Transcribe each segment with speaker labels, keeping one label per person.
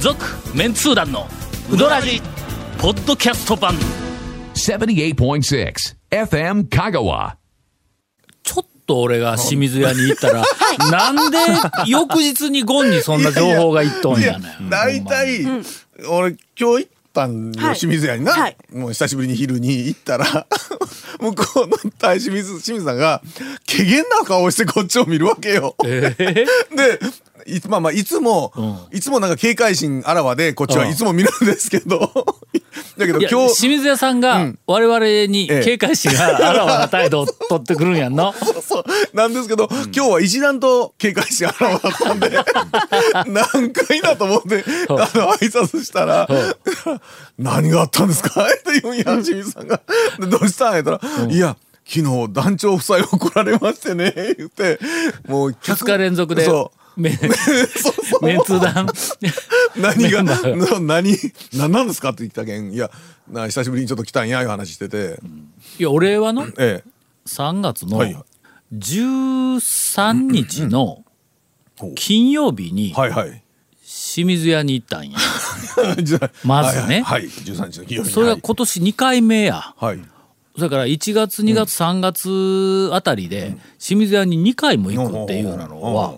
Speaker 1: 続メンツー団のウドラジポッドキャスト版
Speaker 2: 78.6 FM Kagawa.
Speaker 1: ちょっと俺が清水屋に行 ったら、なんで翌日にゴンにそんな情報がいっとんやねん
Speaker 3: 大体、俺今日行ったんよ、
Speaker 4: はい
Speaker 3: 清水屋にな、
Speaker 4: はい
Speaker 3: もう久しぶりに昼に行ったら 向こうの大清水清水さんがけげんな顔してこっちを見るわけよ。でいつまあまあいつも、いつもなんか警戒心あらわでこっちはいつも見るんですけどだけど
Speaker 1: いや
Speaker 3: 今日
Speaker 1: 清水屋さんが我々に
Speaker 3: ええ
Speaker 1: 警戒心 があらわな態度を取ってくるんやんの。
Speaker 3: そうなんですけど、今日は一段と警戒心あらわだった んで何回だと思ってあの挨拶したら「何があったんですか?」 って言うんや清水さんが「でどうしたん?」やったら「いや昨日団長夫妻怒られましてね」言ってもう
Speaker 1: 2日連続で
Speaker 3: そう
Speaker 1: め
Speaker 3: そうそう
Speaker 1: メンツー団
Speaker 3: 何が
Speaker 1: なんだよ
Speaker 3: な何何なんですかって言ったけんいやな久しぶりにちょっと来たんやいう話してて、
Speaker 1: いや俺はの
Speaker 3: え
Speaker 1: 3月
Speaker 3: え
Speaker 1: の
Speaker 3: はい
Speaker 1: 13日の金曜日に
Speaker 3: はいはい。
Speaker 1: 清水屋に行ったんや。ま
Speaker 3: ま
Speaker 1: ずね
Speaker 3: はい、はい、13日の金曜日に
Speaker 1: それが今年2回目や。
Speaker 3: はい。
Speaker 1: それから1月2月3月あたりで清水屋に2回も行くっていうの
Speaker 3: うん
Speaker 1: は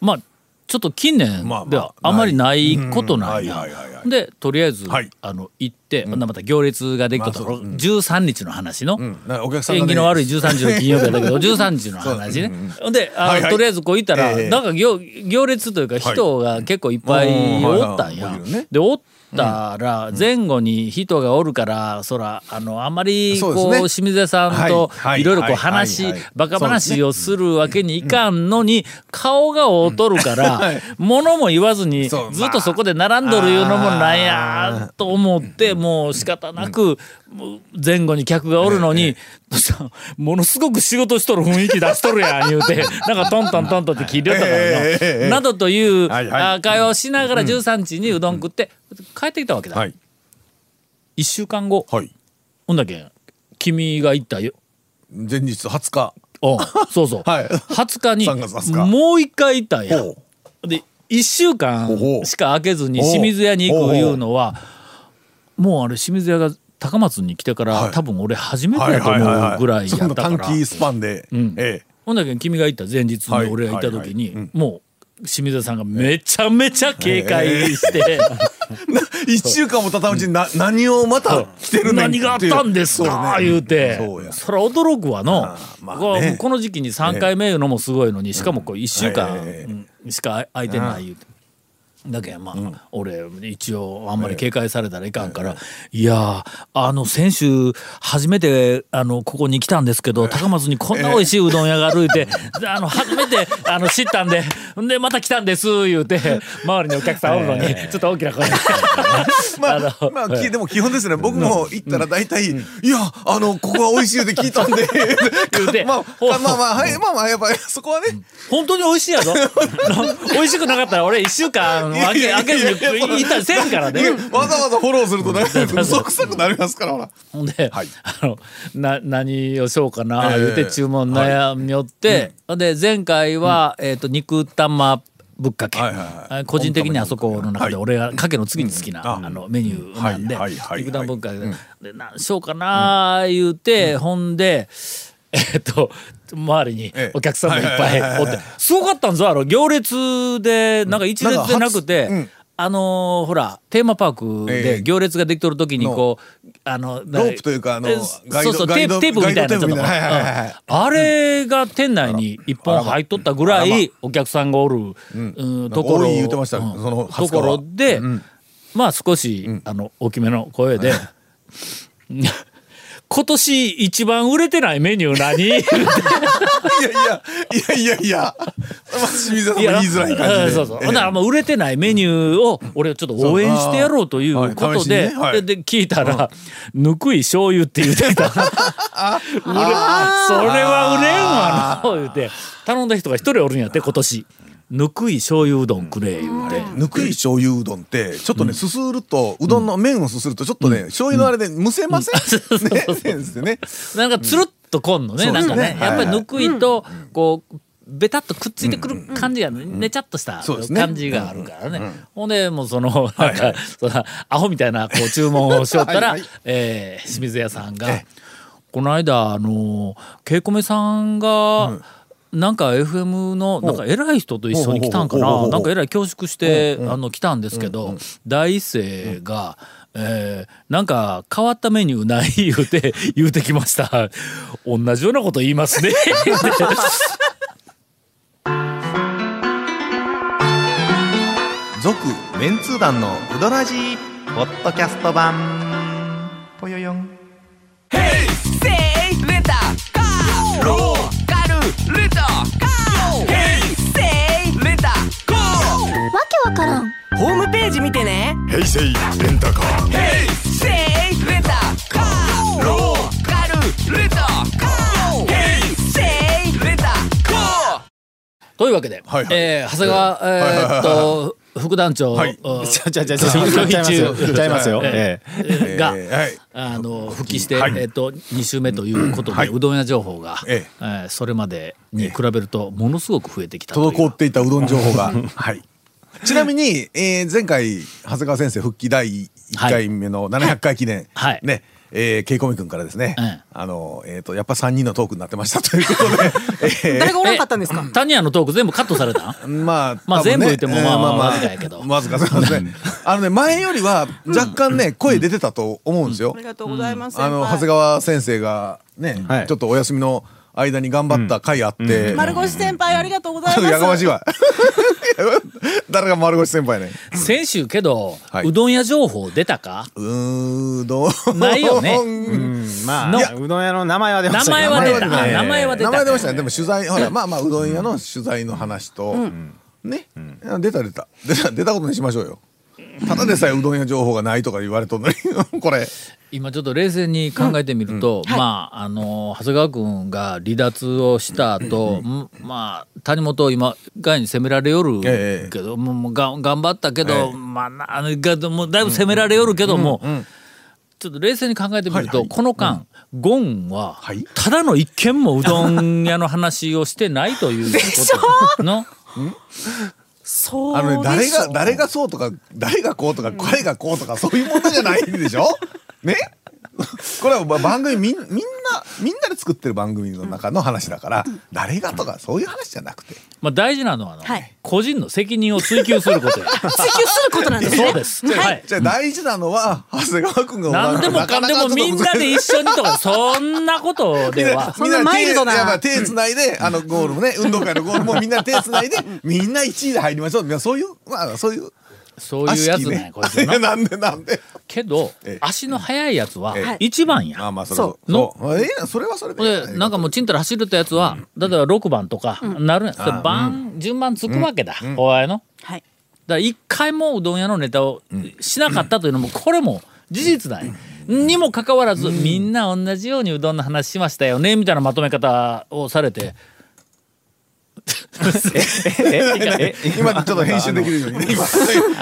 Speaker 1: まあちょっと近年
Speaker 3: まあまあ
Speaker 1: ではあんまりないことなん
Speaker 3: うんは
Speaker 1: や
Speaker 3: いはいはいは。い
Speaker 1: でとりあえず
Speaker 3: はい
Speaker 1: あの行ってまた行列ができたところ13日の話の。
Speaker 3: うんなお客さんが
Speaker 1: 縁
Speaker 3: ね
Speaker 1: 起の悪い13時の 金曜日だけど13時の話ね。であの、
Speaker 3: はいはい
Speaker 1: とりあえずこう行ったら、
Speaker 3: ええ
Speaker 1: なんか行行列というか人が結構いっぱいおったんや。
Speaker 3: うんはいはいお昼ね
Speaker 1: でおったら前後に人がおるから、そらあのあんまりこ
Speaker 3: そう
Speaker 1: う
Speaker 3: ですね
Speaker 1: 清水屋さんと
Speaker 3: はいはい
Speaker 1: いろいろこう
Speaker 3: はい
Speaker 1: 話、
Speaker 3: はいはい
Speaker 1: バカ
Speaker 3: そうです
Speaker 1: 話
Speaker 3: ね
Speaker 1: をするわけにいかんのに、顔が劣るから、
Speaker 3: はい
Speaker 1: 物も言わずにず
Speaker 3: そう
Speaker 1: っとそこで並んどるいうのもなんやと思ってもう仕方なくもう前後に客がおるのにそしたら ものすごく仕事しとる雰囲気出しとるやん言う てなんかトントントントンって聞いてたか
Speaker 3: ええええ
Speaker 1: ら
Speaker 3: ええ
Speaker 1: ななどという
Speaker 3: はいはい
Speaker 1: あ会話をしながら13時にうどん食って帰ってきたわけだ
Speaker 3: はい。
Speaker 1: 1週間後
Speaker 3: はい。
Speaker 1: ほんだけん君が行ったよ
Speaker 3: 前日20日。
Speaker 1: うんそうそう
Speaker 3: はい
Speaker 1: 20日に
Speaker 3: 3月20日
Speaker 1: もう一回行ったんや
Speaker 3: ほ。
Speaker 1: で1週間
Speaker 3: ほうほう
Speaker 1: しか開けずに清水屋に行くいうのはもうあれ清水屋が高松に来てから、
Speaker 3: はい
Speaker 1: 多分俺初めてやと思うぐらいやっ
Speaker 3: そん
Speaker 1: た
Speaker 3: な
Speaker 1: から、
Speaker 3: 短期スパンで。
Speaker 1: ん
Speaker 3: え
Speaker 1: ほんだけど君が行った前日に
Speaker 3: はい
Speaker 1: 俺が行った時に、
Speaker 3: はいはい
Speaker 1: もう清水屋さんがめちゃめちゃ警戒して、
Speaker 3: え。一週間もたたうちにな何をまた来てるねん
Speaker 1: 何があったんですか、
Speaker 3: そうね
Speaker 1: 言うて
Speaker 3: そうや。
Speaker 1: そら驚くわの
Speaker 3: あーまあね
Speaker 1: こうこの時期に3回目いうのもすごいのにしかもこう1週間
Speaker 3: え
Speaker 1: うんしか空いてない言うて。だけどまあ、俺一応あんまり警戒されたらいかんから、いやーあの先週初めてあのここに来たんですけど、高松にこんな美味しいうどん屋がある言うて、あの初めてあの知ったんでんでまた来たんです言うて周りのお客さんおるのに、ちょっと大きな声で
Speaker 3: まあ
Speaker 1: の
Speaker 3: まあきでも基本ですね。僕も行ったら大体いやあのここは美味しいって聞いたんで。
Speaker 1: 言うて
Speaker 3: まあ
Speaker 1: ほう
Speaker 3: まあまあはいまあまあやっぱりそこはね。
Speaker 1: 本当に美味しいやぞ 美味しくなかったら俺一週間開
Speaker 3: い
Speaker 1: け開
Speaker 3: やい
Speaker 1: け
Speaker 3: やい
Speaker 1: ず
Speaker 3: や
Speaker 1: に行ったりせんからね
Speaker 3: わざわざフォローするとね嘘くさくなりますからほら。
Speaker 1: ほんで、
Speaker 3: はい
Speaker 1: あのな何をしようかな
Speaker 3: ええ
Speaker 1: 言うて注文悩みよって、で前回は、えっと肉玉ぶっかけ、
Speaker 3: はいはいはい
Speaker 1: あ個人的にあそこの中で
Speaker 3: はい
Speaker 1: 俺がかけの次に好きな、
Speaker 3: うん
Speaker 1: あのメニューなんで、
Speaker 3: はいはいはいはい
Speaker 1: 肉玉ぶっかけで,、何しようかな言うて、ほんでえっと周りに
Speaker 3: ええ
Speaker 1: お客さんもいっ
Speaker 3: はい
Speaker 1: ぱいおってすごかったんぞあの行列でなんか一列じゃなくて。
Speaker 3: なんか初うん
Speaker 1: あのーほらテーマパーク
Speaker 3: え
Speaker 1: で
Speaker 3: え
Speaker 1: 行列ができとる時にこう、あの
Speaker 3: ロープというかあの
Speaker 1: え
Speaker 3: ガイド
Speaker 1: そうそう
Speaker 3: ガ
Speaker 1: テ
Speaker 3: イ
Speaker 1: ープ
Speaker 3: ド
Speaker 1: テープみたいな
Speaker 3: ガイドテープみたいな
Speaker 1: とこ
Speaker 3: はいはいはいはい
Speaker 1: あれが店内に一本入っとったぐら
Speaker 3: あらま
Speaker 1: いお客さんがおる、うん、とこ
Speaker 3: 多
Speaker 1: ろ
Speaker 3: い言うてましたね
Speaker 1: うん
Speaker 3: その20
Speaker 1: ところで、まあ少し、あの大きめの声 で「今年一番売れてないメニュー何?」
Speaker 3: いやいやいやいやいや。まあ清水さんも言いづらい感じ
Speaker 1: う
Speaker 3: で。
Speaker 1: んそうそう。
Speaker 3: ええ
Speaker 1: ほんならもう売れてないメニューを俺はちょっと応援してやろうというこ
Speaker 3: そうあーはい
Speaker 1: と
Speaker 3: 試しに
Speaker 1: で、
Speaker 3: ねはい
Speaker 1: でで聞いたら「ぬくい醤油って言って きた売れそれ は売れんわな」言うて頼んだ人が一人おるんやって今年「ぬくい醤油うどんくれ」言うて。
Speaker 3: ぬくい醤油うどんってちょっとねすするとうどんの麺をすするとちょっとね醤油のあれでむせませんね先生ね
Speaker 1: なんかつるっとこんのね、
Speaker 3: そう
Speaker 1: な
Speaker 3: で
Speaker 1: ん
Speaker 3: す
Speaker 1: か
Speaker 3: ね
Speaker 1: ね、やっぱりぬくいと、こう、ベタっとくっついてくる感じがね、ねちゃっとした
Speaker 3: そうですね
Speaker 1: 感じがあるからね。ほんで、もうその、なんか、その、アホみたいな、こう、注文をしよったら、
Speaker 3: はいはい
Speaker 1: えー清水屋さんが
Speaker 3: ええ、
Speaker 1: この間、あの、ケイコメさんが、なんか FM のなんか偉い人と一緒に来たんか
Speaker 3: ほうほうほうほ
Speaker 1: な
Speaker 3: う
Speaker 1: なんかえらい恐縮してあの来たんですけど第一声がえーなんか変わったメニューない言うて 言うてきました同じようなこと言い ますね
Speaker 4: 続メンツー団のウドラジーポッドキャスト版ぽよよん
Speaker 5: せいレタカーローカルレタカーヘイセイレタカー
Speaker 6: わけわからん
Speaker 5: ホームページ見てねヘイセイレンタカーヘイセイレンタカーローカルレタカーヘイセイレンタカー
Speaker 1: というわけで
Speaker 3: はいはい
Speaker 1: えー長谷川えーっと副団長
Speaker 3: はい
Speaker 1: うん
Speaker 7: ちゃちゃちゃちゃちゃちゃいますよ。ちゃいますよ。ええ
Speaker 3: えー
Speaker 1: が
Speaker 3: はい
Speaker 1: あの復帰して、
Speaker 3: はい
Speaker 1: えっと2週目ということで、
Speaker 3: はいう
Speaker 1: どん屋情報が、え
Speaker 3: え
Speaker 1: ーそれまでに比べるとものすごく増えてきたという
Speaker 3: 滞っていたうどん情報がはい ちなみに、えー前回長谷川先生復帰第1回目の700回記念、
Speaker 1: はい
Speaker 3: ねえー、ケイコミ君からですね、
Speaker 1: うん
Speaker 3: あのえー、とやっぱ3人のトークになってましたということで、え
Speaker 8: 誰がおらんかったんですか
Speaker 1: えタニアのトーク全部カットされ た
Speaker 3: ーまあ、
Speaker 1: まあ
Speaker 3: 多分
Speaker 1: 全部言っても
Speaker 3: えー
Speaker 1: まあわずかやけど
Speaker 3: わずかそうですね。あのね、前よりは若干ね、声出てたと思うんですよ。
Speaker 8: ありがとうございます。
Speaker 3: あの長谷
Speaker 8: 川。
Speaker 3: 川先生がね、
Speaker 7: はい
Speaker 3: ちょっとお休みの間に頑張った回あって、
Speaker 8: 丸腰先輩ありがとうござい
Speaker 3: ちょっ
Speaker 8: ま
Speaker 3: と
Speaker 8: す。
Speaker 3: やかましいわ 誰が丸腰先輩ね
Speaker 1: 先週けど、
Speaker 3: はいう
Speaker 1: どん屋情報出たか
Speaker 3: うーんどう
Speaker 1: ないよね
Speaker 7: うんま
Speaker 1: の
Speaker 7: あ、うどん屋の名前は出ま
Speaker 1: 名
Speaker 7: した
Speaker 1: 前
Speaker 7: けど
Speaker 1: は出た
Speaker 3: 名前は出
Speaker 1: 名前は出た
Speaker 3: た名前出ましたねでも取材ほらまあまあうどん屋の取材の話と、ね、あ出た出た出た出たことにしましょうよただでさえうどん屋情報がないとか言われとんのに これ
Speaker 1: 今ちょっと冷静に考えてみると、まああの長谷川君が離脱をした後、んまあ谷本を今外に攻められよる
Speaker 3: ええ
Speaker 1: けど、もうもうがん頑張ったけど、
Speaker 3: ええ
Speaker 1: まあなあのがもうだいぶ攻められよるけども、ちょっと冷静に考えてみると、
Speaker 3: はいはい
Speaker 1: この間、ゴンは、
Speaker 3: はい
Speaker 1: ただの一軒もうどん屋の話をしてないということの。
Speaker 8: そう
Speaker 3: あのね
Speaker 8: で
Speaker 3: 誰
Speaker 8: しょ
Speaker 3: が誰がそうとか誰がこうとか彼がこうとかそういうものじゃないんで しょねこれはま番組みんみんなみんなで作ってる番組の中の話だから誰がとかそういう話じゃなくて
Speaker 1: まあ大事なのはあの、
Speaker 8: はい
Speaker 1: 個人の責任を追求することや。
Speaker 8: 追求することなんですね。
Speaker 1: そうです。はい
Speaker 3: じゃあ大事なのは長谷川君がおら
Speaker 1: 何でもかんでもみんなで一緒にとかそんなことでは
Speaker 8: そんなマイルドな
Speaker 3: やっぱ手つないであのゴールもね運動会のゴールもみんなで手つないでみんな1位で入りましょうみんなそういうまあそういう
Speaker 1: そう
Speaker 3: 悪
Speaker 1: いう
Speaker 3: し
Speaker 1: やつ
Speaker 3: き
Speaker 1: ね
Speaker 3: ね
Speaker 1: こいつな
Speaker 3: なんでなんで
Speaker 1: けど
Speaker 3: ええ
Speaker 1: 足の速いやつは
Speaker 3: ええ
Speaker 1: 一番や、
Speaker 3: まあまあそれ
Speaker 8: そ
Speaker 3: そううそうええやんそれはそれ
Speaker 1: で
Speaker 3: で
Speaker 1: なんかもうちんたら走るってやつは、例えば6番とかなるんや、それ番、順番つくわけだ、お前の
Speaker 8: はい。
Speaker 1: だから一回もうどん屋のネタをしなかったというのもこれも事実だよ。にもかかわらず、みんな同じようにうどんの話しましたよねみたいなまとめ方をされて
Speaker 3: 今ちょっと編集できるようにね今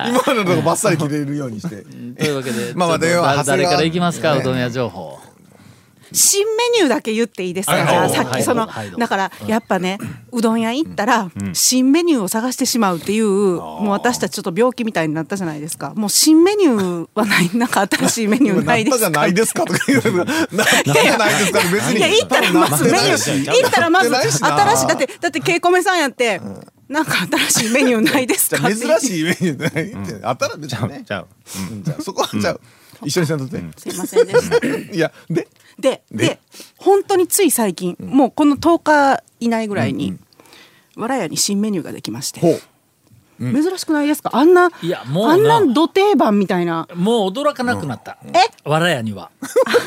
Speaker 3: 今までのとこバッサリ切れるようにして
Speaker 1: というわけ で
Speaker 3: まあまあ
Speaker 1: ちょっと
Speaker 3: では
Speaker 1: だ
Speaker 3: 長
Speaker 1: 誰
Speaker 3: 谷川
Speaker 1: からいきますか、
Speaker 3: ね
Speaker 1: うどん屋情報。
Speaker 8: 新メニューだけ言っていいですか。
Speaker 3: はい
Speaker 8: じゃ
Speaker 3: は
Speaker 8: あ
Speaker 3: い
Speaker 8: さっきその
Speaker 1: はいはい
Speaker 8: だからやっぱねうどん屋行ったら新メニューを探してしまうっていうもう私たちちょっと病気みたいになったじゃないですか。もう新メニューはないなんか新しいメニューないです
Speaker 3: じゃ
Speaker 8: か。
Speaker 3: ないですかとか言うのなったじゃないですか別に
Speaker 8: いや行ったらまずメニュー行ったらまず
Speaker 3: なって
Speaker 8: 新
Speaker 3: ない
Speaker 8: しい
Speaker 3: しな
Speaker 8: だってだってケイコメさんやってなんか新しいメニューないです
Speaker 3: じゃ
Speaker 8: か
Speaker 3: あ
Speaker 8: って
Speaker 3: 珍しいメニューでないって当たらんでしょうね
Speaker 7: じゃ
Speaker 3: うんじゃあそこはじゃあ一緒にせんとって
Speaker 8: すいませんでした。
Speaker 3: いやで
Speaker 8: で
Speaker 3: で
Speaker 8: で本当につい最近、もうこの10日以内ぐらいに、わらやに新メニューができまして、
Speaker 3: ほう
Speaker 8: 珍しくないですかあんない
Speaker 1: やもうな
Speaker 8: あんなんど定番みたいな
Speaker 1: もう驚かなくなった。
Speaker 8: え
Speaker 1: わらやには。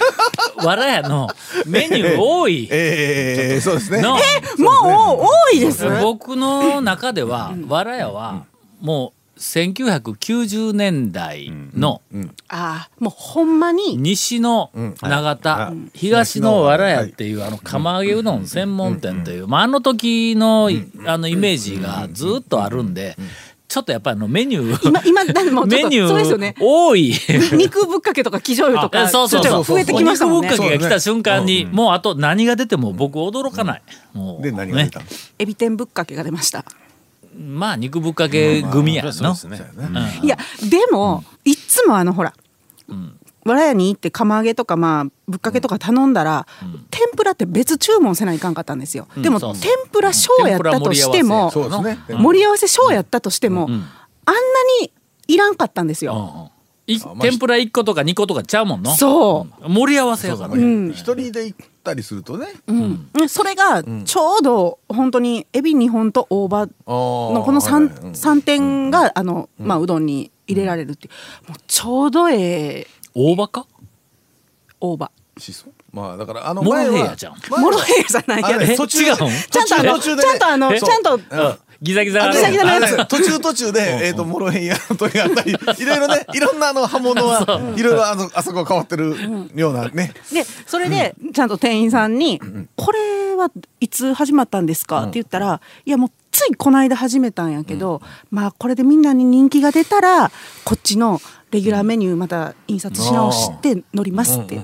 Speaker 1: わらやのメニュー多い。
Speaker 3: ええそうですね
Speaker 1: の、
Speaker 8: もう多いです
Speaker 1: 僕の中では、わらやは、もう1990年代の
Speaker 8: ああもうほんまに
Speaker 1: 西の長田、東のわらやっていう、あの、釜揚げうどん専門店という、まあ、あの時の、あの、イメージがずっとあるんで、ちょっとやっぱりあのメニュー
Speaker 8: 今今だってもうち
Speaker 1: メ
Speaker 8: ょっ
Speaker 1: ニュ
Speaker 8: と
Speaker 1: ー
Speaker 8: そうですよね
Speaker 1: 多い。
Speaker 8: に肉ぶっかけとか生醤油と
Speaker 1: あ
Speaker 8: か
Speaker 1: そうそう
Speaker 8: ち
Speaker 1: そ
Speaker 8: ょ
Speaker 1: う
Speaker 8: っと増えてきましたもん
Speaker 1: お
Speaker 8: ね
Speaker 1: 肉ぶっかけが来た瞬間に、もうあと何が出ても僕驚かない、もう
Speaker 3: で何が出た
Speaker 1: ね
Speaker 3: の
Speaker 8: エビ天ぶっかけが出ました
Speaker 1: まあ肉ぶっかけ組やの、
Speaker 7: そうですね。
Speaker 8: いやでも、いっつもあのほら、わらやに行って釜揚げとかまあぶっかけとか頼んだら、天ぷらって別注文せないかんかったんですよ、
Speaker 1: うん
Speaker 8: でも
Speaker 1: そうそう
Speaker 8: 天ぷら小やったとしても
Speaker 3: そうですね。
Speaker 8: 盛り合わせ小やったとしても、あんなにいらんかったんです
Speaker 1: うん
Speaker 8: よ、
Speaker 1: うんい天ぷら1個とか2個とかちゃうもんの
Speaker 8: そう
Speaker 1: 盛り合わせやからね
Speaker 3: うん一人で行ったりするとね。
Speaker 8: うんそれがちょうど本当にエビ2本と大葉の
Speaker 3: の
Speaker 8: この 3,、
Speaker 3: はいはいうん
Speaker 8: 三点が、あのまあ、うどんに入れられるっていうもうちょうどええ
Speaker 1: 大バカ
Speaker 8: 大葉
Speaker 3: しそまあだからあの
Speaker 1: モロ
Speaker 3: 前
Speaker 1: ヘイ
Speaker 3: は
Speaker 1: ヤじゃん
Speaker 8: モロヘイヤじゃないや
Speaker 3: あれ
Speaker 1: え
Speaker 3: 途中
Speaker 1: 違
Speaker 3: で
Speaker 1: うん
Speaker 8: ちゃんとあの、
Speaker 3: 途
Speaker 8: ちゃ
Speaker 3: 中
Speaker 8: ん
Speaker 3: で
Speaker 8: とあの、
Speaker 1: え
Speaker 8: ちゃんと、
Speaker 1: うんギザギザ
Speaker 8: あギザギザ
Speaker 3: あ
Speaker 8: のや
Speaker 3: れ
Speaker 8: つ
Speaker 3: 途中途中で、えっと、モロヘイヤの時あったり、いろいろね、いろんなあの刃物 は、いろいろあの、あそこは変わってるようなね。
Speaker 8: で、それで、ちゃんと店員さんに、これはいつ始まったんですかって言ったら、いやもう、ついこの間始めたんやけど、まあ、これでみんなに人気が出たら、こっちの、レギュラーメニューまた印刷し直して乗りますって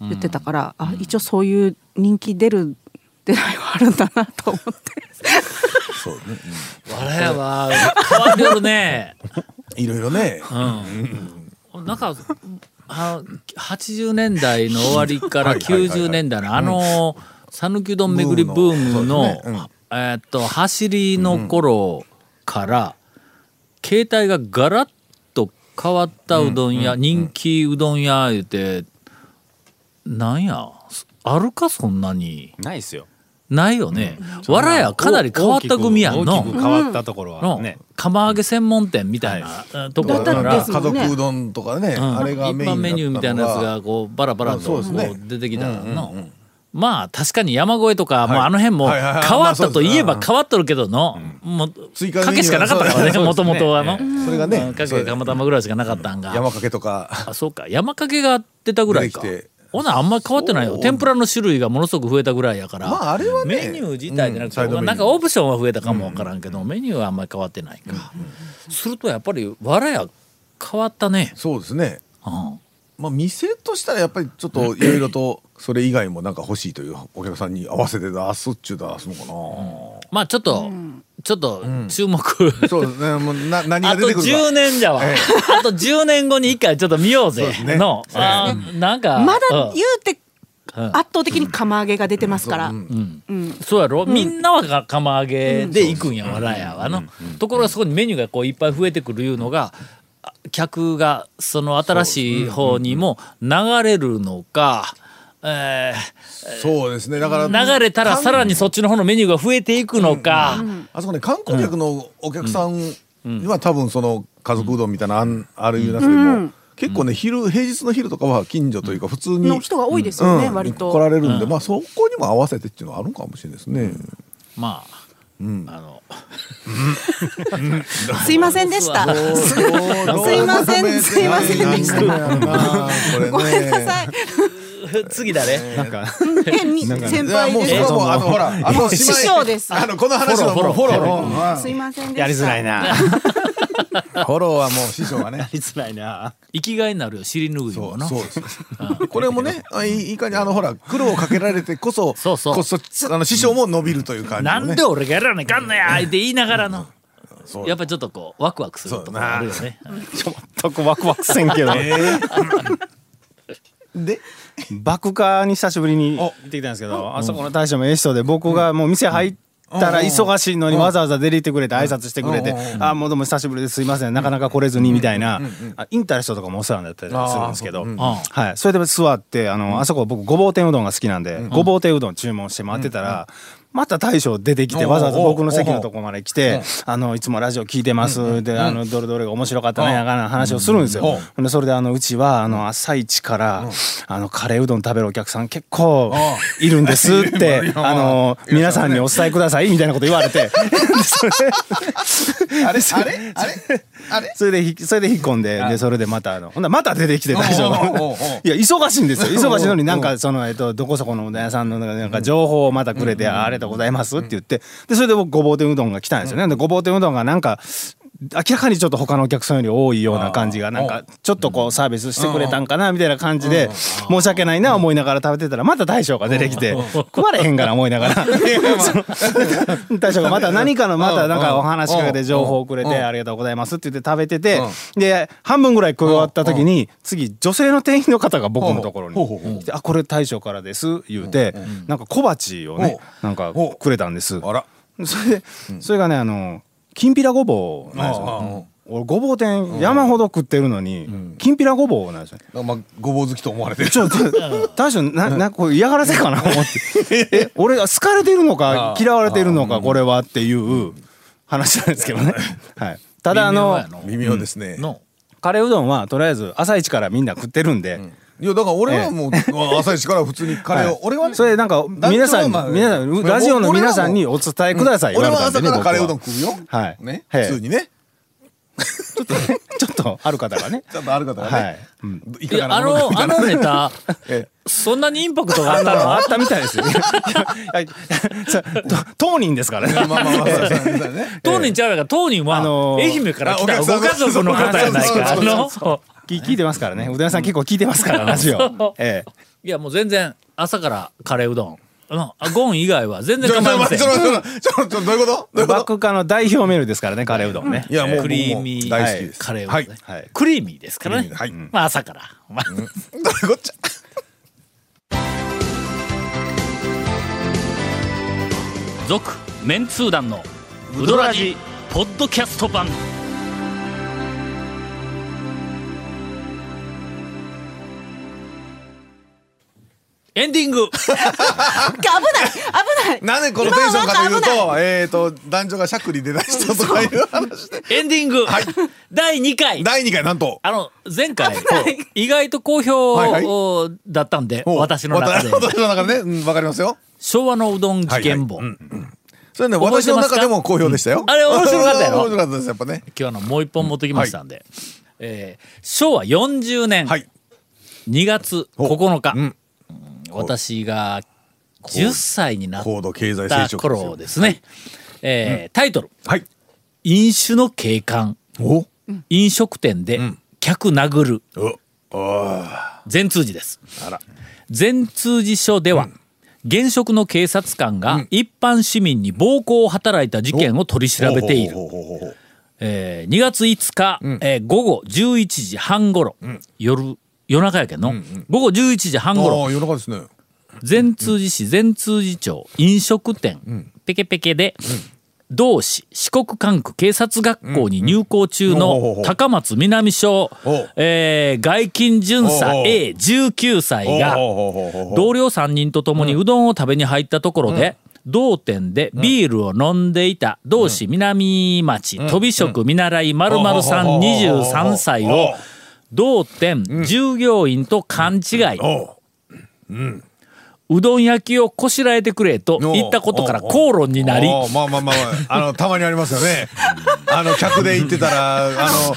Speaker 8: 言ってたから、あ一応そういう人気出る出ないはあるんだなと思って
Speaker 1: あれは変わってるね
Speaker 3: いろいろね。
Speaker 1: うんなんかあ80年代の終わりから
Speaker 3: はいはいはいはい
Speaker 1: 90年代のあの讃岐うどん巡りブーム
Speaker 3: ブームのそう
Speaker 1: の
Speaker 3: ですねうん
Speaker 1: えーっと走りの頃から携帯がガラッと変わったうどん屋人気うどん屋言うてなんやあるかそんなに
Speaker 7: ないですよ。
Speaker 1: ないよね。わらやかなり変わった組やん
Speaker 7: 大
Speaker 1: の
Speaker 7: きく。変わったところは
Speaker 1: の
Speaker 7: ね。
Speaker 1: 釜揚げ専門店みたいなとこ
Speaker 8: だ
Speaker 1: ろか
Speaker 8: っ
Speaker 1: ら
Speaker 8: たん
Speaker 3: 家
Speaker 8: ですもんね
Speaker 3: 族うどんとかね、
Speaker 1: うん
Speaker 3: あれがメインだった
Speaker 1: 一
Speaker 3: のが
Speaker 1: 般メニューみたいなやつがこうバラバラ
Speaker 3: あ
Speaker 1: と
Speaker 3: そ
Speaker 1: こ
Speaker 3: うですね
Speaker 1: う出てきたの、まあ確かに山越えとか、もうあの辺も
Speaker 3: はいはいはい
Speaker 1: 変わったといえ
Speaker 3: まあ
Speaker 1: ば
Speaker 3: そうです
Speaker 1: 変わっとるけどの、もう
Speaker 3: 追加メ
Speaker 1: か
Speaker 3: ニュー
Speaker 1: けしかなかったからね
Speaker 3: そう
Speaker 1: も
Speaker 3: です
Speaker 1: と
Speaker 3: ね
Speaker 1: もとあの、
Speaker 3: それが
Speaker 1: う
Speaker 3: ね
Speaker 1: ん、か
Speaker 3: そう
Speaker 1: けかまたまぐらいしかなかったんが
Speaker 3: 山かけとか、
Speaker 1: あそうか山かけが出たぐらいか
Speaker 3: 出てきて
Speaker 1: ほなあんまり変わってないよ
Speaker 3: そう
Speaker 1: 天ぷらの種類がものすごく増えたぐらいやから、
Speaker 3: まああれはね
Speaker 1: メニュー自体じゃなくて、
Speaker 3: うんサイドメニュー
Speaker 1: なんかオプションは増えたかもわからんけど、メニューはあんまり変わってないか、するとやっぱりわらや変わったね、
Speaker 3: そうですね。
Speaker 1: うん
Speaker 3: まあ店としたらやっぱりちょっといろいろとそれ以外もなんか欲しいというお客さんに合わせて出すっちゅう出すのかな。
Speaker 1: まあちょっと、ちょっと注目、
Speaker 3: そうですね。もうな何
Speaker 1: あ
Speaker 3: が
Speaker 1: と
Speaker 3: 出てくるか。
Speaker 1: 10年じゃわ、
Speaker 3: ええ
Speaker 1: あと10年後に一回ちょっと見ようぜ
Speaker 3: そうですね
Speaker 1: の、あーなんか
Speaker 8: まだ
Speaker 1: うん
Speaker 8: 言うて
Speaker 1: うん
Speaker 8: 圧倒的に釜揚げが出てますから、うん
Speaker 1: そうやろ、みんなはが釜揚げで行くんや、わらやはの、ところがそこにメニューがこういっぱい増えてくるいうのがあ客がその新しい方にも流れるのか、え
Speaker 3: そうですね。だから
Speaker 1: ー流れたらさらにそっちの方のメニューが増えていくのか、
Speaker 3: あそこね観光客のお客さんは多分その家族うどんみたいなあんあるいうなすけども結構ね昼平日の昼とかは近所というか普通に
Speaker 8: の人が多いですよね、
Speaker 3: うん
Speaker 8: 割と。
Speaker 3: 来られるんでまあそこにも合わせてっていうのはあるんかもしれないですね。
Speaker 1: まあ、あの
Speaker 8: すいませんでした。
Speaker 3: すい
Speaker 8: いませんすいませんでしたごめんなさい。
Speaker 1: 次誰、
Speaker 7: なんか
Speaker 8: 変に先輩
Speaker 3: もう
Speaker 8: で
Speaker 3: それは
Speaker 8: す。
Speaker 3: もうあのほらあの
Speaker 8: 師匠です
Speaker 3: あのこの話のもうフォローの
Speaker 8: すいませんでした。
Speaker 7: やりづらいな。や
Speaker 3: フォローはもう師匠がね。
Speaker 7: りづらいな。
Speaker 1: 生きがいになるよ尻拭い
Speaker 3: そ
Speaker 1: も
Speaker 3: う
Speaker 1: の
Speaker 3: そうですこれもねあいいかにあのほら苦労をかけられてこそ
Speaker 1: そうそう
Speaker 3: こそあの師匠も伸びるという感じの
Speaker 1: な
Speaker 3: ね
Speaker 1: んで俺がやらないかんのやって言いながらの、
Speaker 3: そう
Speaker 1: やっぱちょっとこうワクワクするとこあるよね
Speaker 7: 全くワクワクせん けど。
Speaker 3: で
Speaker 7: 爆化に久しぶりに行ってきたんですけど、あそこの大将もええ人で、僕がもう店入ったら忙しいのにわざわざ出て行ってくれて挨拶してくれて
Speaker 3: うんう、
Speaker 7: あ、もうどうも久しぶりですいません、なかなか来れずにみたいな、あインタレストとかもお世話になったりするんですけど、はい、それで座って、あの、あそこ僕ごぼう天うどんが好きなんで、ごぼう天うどん注文して待ってたら、また大将出てきて、わざわざ僕の席のとこまで来て、あの、いつもラジオ聞いてます、で、あの、どれどれが面白かったね、なんかな話をするんですよ。でそれで、あの、うちは、あの、朝一から、あの、カレーうどん食べるお客さん結構 いるんですって、あの、皆さんにお伝えください、みたいなこと言われ て、それ
Speaker 3: あれあれあれあれ
Speaker 7: それでひ、それで引っ込んで、で、それでまた、あの、ほんならまた出てきて大将が
Speaker 3: おうおうおうおう
Speaker 7: いや、忙しいんですよ。忙しいのになんか、その、えっと、どこそこのうどん屋さんの、なんか、情報をまたくれて、あありがとうございますって言って、で、それで僕、ごぼう天うどんが来たんですよね。で、ごぼう天うどんがなんか、明らかにちょっと他のお客さんより多いような感じがなんかちょっとこうサービスしてくれたんかなみたいな感じで申し訳ないな思いながら食べてたらまた大将が出てきて食われへんから 思いながらその大将がまた何かのまたなんかお話しかけて情報をくれてありがとうございますって言って食べててで半分ぐらい食い終わった時に次女性の店員の方が僕のところに来て「あこれ大将からです」言うてなんか小鉢をねなんかくれたんです。
Speaker 3: あら。
Speaker 7: それで、それがねあのきんぴらごぼうなんですよ、
Speaker 3: あ
Speaker 7: 俺ごぼう天山ほど食ってるのに、きんぴらごぼうなんですよね
Speaker 3: あまあ、ごぼう好きと思われてる。
Speaker 7: ちょっと 大将ななこれ嫌がらせかな思ってえ俺が好かれてるのか嫌われてるのかこれはっていう話なんですけどね、はい、ただあの
Speaker 3: 微妙ですね。
Speaker 1: の
Speaker 7: カレーうどんはとりあえず朝一からみんな食ってるんで、
Speaker 3: いやだから俺はもう、朝一から普通にカレーを、俺はね
Speaker 7: それなんか皆さん
Speaker 3: 団長はまあ
Speaker 7: 皆さんラジオの皆さんにお伝えください、
Speaker 3: 俺
Speaker 7: 言われ
Speaker 3: は
Speaker 7: たんで
Speaker 3: 朝
Speaker 7: ね
Speaker 3: からカレーうどん
Speaker 7: 僕
Speaker 3: 食うよ。
Speaker 7: ははい、
Speaker 3: ね。
Speaker 7: はい
Speaker 3: 普通にね。
Speaker 7: ちょっとある方がね
Speaker 3: ちゃんとある方がね。
Speaker 7: はい
Speaker 3: うん。い
Speaker 1: い
Speaker 3: かが
Speaker 1: や
Speaker 3: な
Speaker 1: あ
Speaker 3: もの
Speaker 1: の
Speaker 3: か
Speaker 1: あのネタ
Speaker 3: え
Speaker 1: そんなにインパクトがあったの
Speaker 7: あったみたいで すよ。いやいやさと当人ですからね。
Speaker 3: まあまあまあそうですね。
Speaker 1: 当人ちゃうやから当人は
Speaker 7: あのー
Speaker 1: 愛媛から来
Speaker 3: あ
Speaker 1: た
Speaker 3: お
Speaker 1: ご
Speaker 3: 客さんが
Speaker 1: 家族の方やないか
Speaker 3: そうそうそ
Speaker 1: あ
Speaker 3: う
Speaker 1: の
Speaker 7: き聞いてますからね。うどん屋さん結構聞いてますからラジオ。ええ。
Speaker 1: いやもう全然朝からカレーうどんあのあゴン以外は全然
Speaker 3: ちょっ
Speaker 1: 構いませ
Speaker 3: と
Speaker 1: ん
Speaker 3: ちょっとちょっとちょっとどういうこと？どういうこ
Speaker 7: バ
Speaker 3: と？
Speaker 7: ックカの代表メールですからね、カレーうどんね。
Speaker 3: いやもう
Speaker 1: クリーミ
Speaker 3: もう
Speaker 1: ー
Speaker 3: 大好きです。
Speaker 1: カレーうど
Speaker 3: は
Speaker 1: ん
Speaker 3: い。
Speaker 1: ね
Speaker 3: ど
Speaker 7: はい。
Speaker 1: クリーミーですから
Speaker 3: クリー
Speaker 1: ね
Speaker 3: ミーはい
Speaker 1: まあ朝からまあ
Speaker 3: ういうこっちゃ？
Speaker 1: 続メンツー団のウドラジポッドキャスト版エンディン グ
Speaker 8: 危ない危ない
Speaker 3: なんでこのテンションかという
Speaker 8: 今は
Speaker 3: と、えっと男女がしゃくり出だしたとかいう話で。
Speaker 1: エンディング、第2回
Speaker 3: 第二回なんと。
Speaker 1: あの前回
Speaker 8: ない
Speaker 1: 意外と好評
Speaker 3: はいはい
Speaker 1: おだったんで
Speaker 3: お
Speaker 1: 私の中で
Speaker 3: 私の中でね、うんわかりますよ。
Speaker 1: 昭和のうどん事件簿
Speaker 3: はそれね、
Speaker 1: 覚え
Speaker 3: 私
Speaker 1: て
Speaker 3: の
Speaker 1: ますか
Speaker 3: 中でも好評でしたよ
Speaker 1: う。んあれ面白かったやろ
Speaker 3: 面白かったです、やっぱね。
Speaker 1: 今日のもう一本持ってきましたんで、えー昭和40年
Speaker 3: はい。
Speaker 1: 2月9日、
Speaker 3: ん
Speaker 1: 私が10歳になっ
Speaker 3: 高度経済成
Speaker 1: た
Speaker 3: 長期
Speaker 1: 頃ですね、えータイトル
Speaker 3: はい。
Speaker 1: 「飲酒の警官
Speaker 3: お
Speaker 1: 飲食店で客殴る」全通じです
Speaker 3: あら。
Speaker 1: 全通じ署では、現職の警察官が一般市民に暴行を働いた事件を取り調べている
Speaker 3: ほうほうほうほうほう
Speaker 1: えー2月5日、えー午後11時半頃、夜夜中やけんの、午後11時半
Speaker 3: ほう
Speaker 1: 頃
Speaker 3: ああ、夜中ですね。
Speaker 1: 善通寺市善通寺町飲食店、ペケペケで、同市四国管区警察学校に入校中
Speaker 3: うんうん
Speaker 1: の高松南署、
Speaker 3: おう
Speaker 1: えー外勤巡査
Speaker 3: おうおう
Speaker 1: A19 歳が
Speaker 3: ほうほうほうほうほう
Speaker 1: 同僚3人と共にうどんを食べに入ったところで、同店でビールを飲んでいた同市南町飛び職見習い〇〇さん23歳を同店従業員と勘違い。
Speaker 3: お
Speaker 1: うどん焼きをこしらえてくれと言ったことから口論になり
Speaker 3: おまあまあまあ、まあ、あの、たまにありますよね。あの、客で行って たら、あの、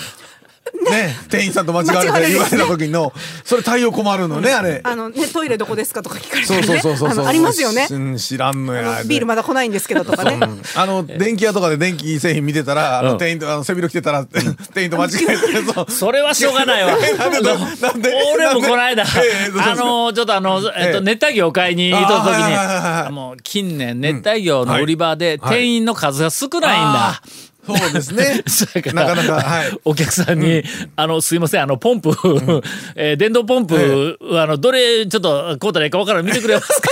Speaker 3: ね、店員さんと間違われ
Speaker 8: 間違われ
Speaker 3: て
Speaker 8: る
Speaker 3: 言われた時の、それ対応困るのね、あれ。
Speaker 8: あのねトイレどこですかとか聞かれた
Speaker 3: そう
Speaker 8: り
Speaker 3: そう
Speaker 8: ね
Speaker 3: そうそう
Speaker 8: あ
Speaker 3: そう。
Speaker 8: のありますよね
Speaker 3: うん知らんのや。
Speaker 8: ビールまだ来ないんですけどとかね
Speaker 3: あの、電気屋とかで電気製品見てたら、あ
Speaker 1: う
Speaker 3: の、
Speaker 1: ん
Speaker 3: 店員と、あの、背広着てたら、店員と間違えてるぞ。
Speaker 1: それはしょうがない わ
Speaker 3: なんでだなんで
Speaker 1: 俺もこの間、
Speaker 3: ええどうぞ
Speaker 1: あのちょっとあの、えっ
Speaker 3: ええ
Speaker 1: と、熱帯魚を買いに行った時
Speaker 3: あはいはいはいはい
Speaker 1: にもう近年熱帯魚の売り場で店員の数が少ないんだ、
Speaker 3: あーそうですね
Speaker 1: そやか。
Speaker 3: な
Speaker 1: ら
Speaker 3: かなか、はい。
Speaker 1: お客さんに、あの、すいません、あの、ポンプ、 えー電動ポンプ、あの、どれ、ちょっと、こうたらいいか分からん、見てくれます か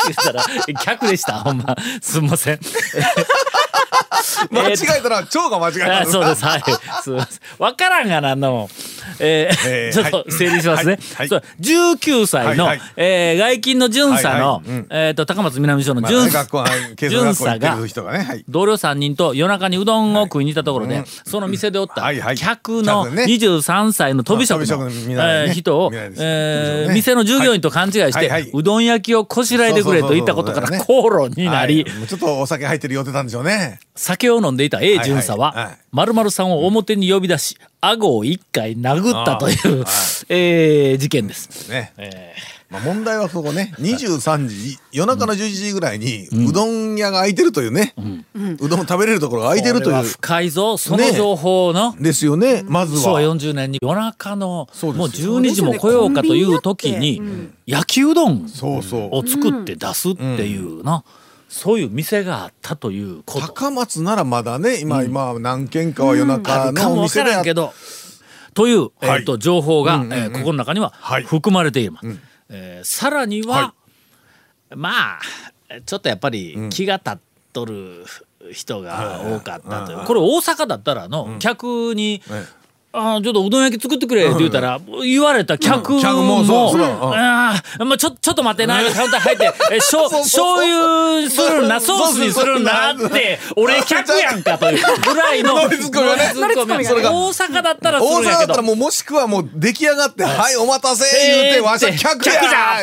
Speaker 1: って言ったら、客でした、ほんま。すいません。
Speaker 3: 間違えたら、蝶が間違えた
Speaker 1: あ
Speaker 3: んで す
Speaker 1: そう
Speaker 3: か
Speaker 1: です。はい。すいません。わからんがな、あんなもん。えー
Speaker 3: えー
Speaker 1: ちょっと整理しますね。
Speaker 3: はいはい
Speaker 1: そう19歳の、
Speaker 3: はいはい
Speaker 1: えー外勤の巡査の、
Speaker 3: はいはいうん
Speaker 1: えっ、と、高松南署の
Speaker 3: まあ
Speaker 1: 巡
Speaker 3: ね
Speaker 1: 査
Speaker 3: 学校、はい警察
Speaker 1: 巡
Speaker 3: 学校行
Speaker 1: 査
Speaker 3: って
Speaker 1: が
Speaker 3: る、人がね、はい。
Speaker 1: 同僚3人と夜中にうどんを食いに行ったところで、その店でおった
Speaker 3: はいはい
Speaker 1: 客の
Speaker 3: 客ね
Speaker 1: 23歳の飛び職
Speaker 3: あ飛
Speaker 1: の
Speaker 3: び職の見習い
Speaker 1: え
Speaker 3: ね
Speaker 1: ー人を
Speaker 3: 見習いです
Speaker 1: えー
Speaker 3: ね
Speaker 1: 店の従業員と勘違いし
Speaker 3: はいは
Speaker 1: て
Speaker 3: いう
Speaker 1: どん焼きをこしらえてくれと言ったことから口論になり
Speaker 3: はいもうちょっとお酒入ってる予定なんでしょうね。
Speaker 1: 酒を飲んでいた A 巡査
Speaker 3: はいはいは
Speaker 1: はい〇〇さんを表に呼び出し 顎を一回殴ったという、えー事件です。
Speaker 3: ね。まあ、問題はそこね23時夜中の11時ぐらいにうどん屋が空いてるというね、うどんを食べれるところが空いてると
Speaker 1: これ
Speaker 3: い
Speaker 1: は
Speaker 3: う
Speaker 1: 深いぞその
Speaker 3: ね
Speaker 1: 情報の、
Speaker 3: ですよねまず
Speaker 1: 昭和
Speaker 3: は。
Speaker 1: 40年に夜中の
Speaker 3: そうです
Speaker 1: もう12時も来ようかという時に
Speaker 8: コン
Speaker 1: 焼きうどん
Speaker 3: そうそう
Speaker 1: を作って出すっていうな、そういう店があったということ
Speaker 3: 高松ならまだね今、今何軒かは夜中
Speaker 1: かも
Speaker 3: のお
Speaker 1: わか
Speaker 3: 店で
Speaker 1: ら
Speaker 3: あ
Speaker 1: ん
Speaker 3: っ
Speaker 1: けど。という、えー、と情報が、えーここの中には
Speaker 3: はい
Speaker 1: 含まれています。えーさらには、まあちょっとやっぱり気が立っとる人が多かったという、これ大阪だったらの客に、あーちょっとうどん焼き作ってくれって言ったら、言われた客も,、
Speaker 3: うん客もそうそううん
Speaker 1: あーまあ、ちょちょっと待ってなカウンター入ってえーしょ醤油するんだソースにするんだって俺客やんかというぐら いの
Speaker 3: ノリツッコミがね
Speaker 1: ノリツッコミ
Speaker 3: それが
Speaker 1: 大阪だったらす
Speaker 3: 大
Speaker 1: るんや
Speaker 3: 阪だ
Speaker 1: け
Speaker 3: っ
Speaker 1: ど
Speaker 3: たらもうもしくはもう出来上がって「はいお待たせ」言うて「わしは客や!」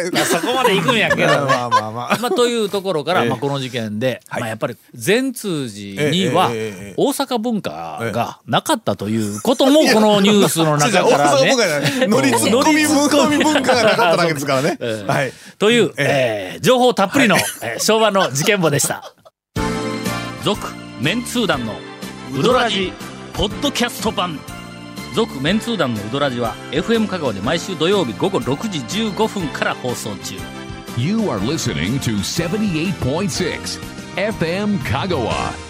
Speaker 1: じゃそこまで行くんやけど
Speaker 3: まあまあまあ。
Speaker 1: まあ、というところから、まあ、この事件で、まあ、やっぱり善通寺には
Speaker 3: ええええええ
Speaker 1: 大阪文化がなかったということもこのニュースの
Speaker 3: 大
Speaker 1: 中から
Speaker 3: 阪
Speaker 1: ね
Speaker 3: 文。 化じゃない。乗りツッコミ文化文化がなかっただけですからね。はい。
Speaker 1: という、えー情報たっぷりの、えー昭和の事件簿でした。続メンツー団のウドラジポッドキャスト版続メンツー団のウドラジは FM 香川で毎週土曜日午後6時15分から放送中。
Speaker 2: You are listening to 78.6 FM Kagawa.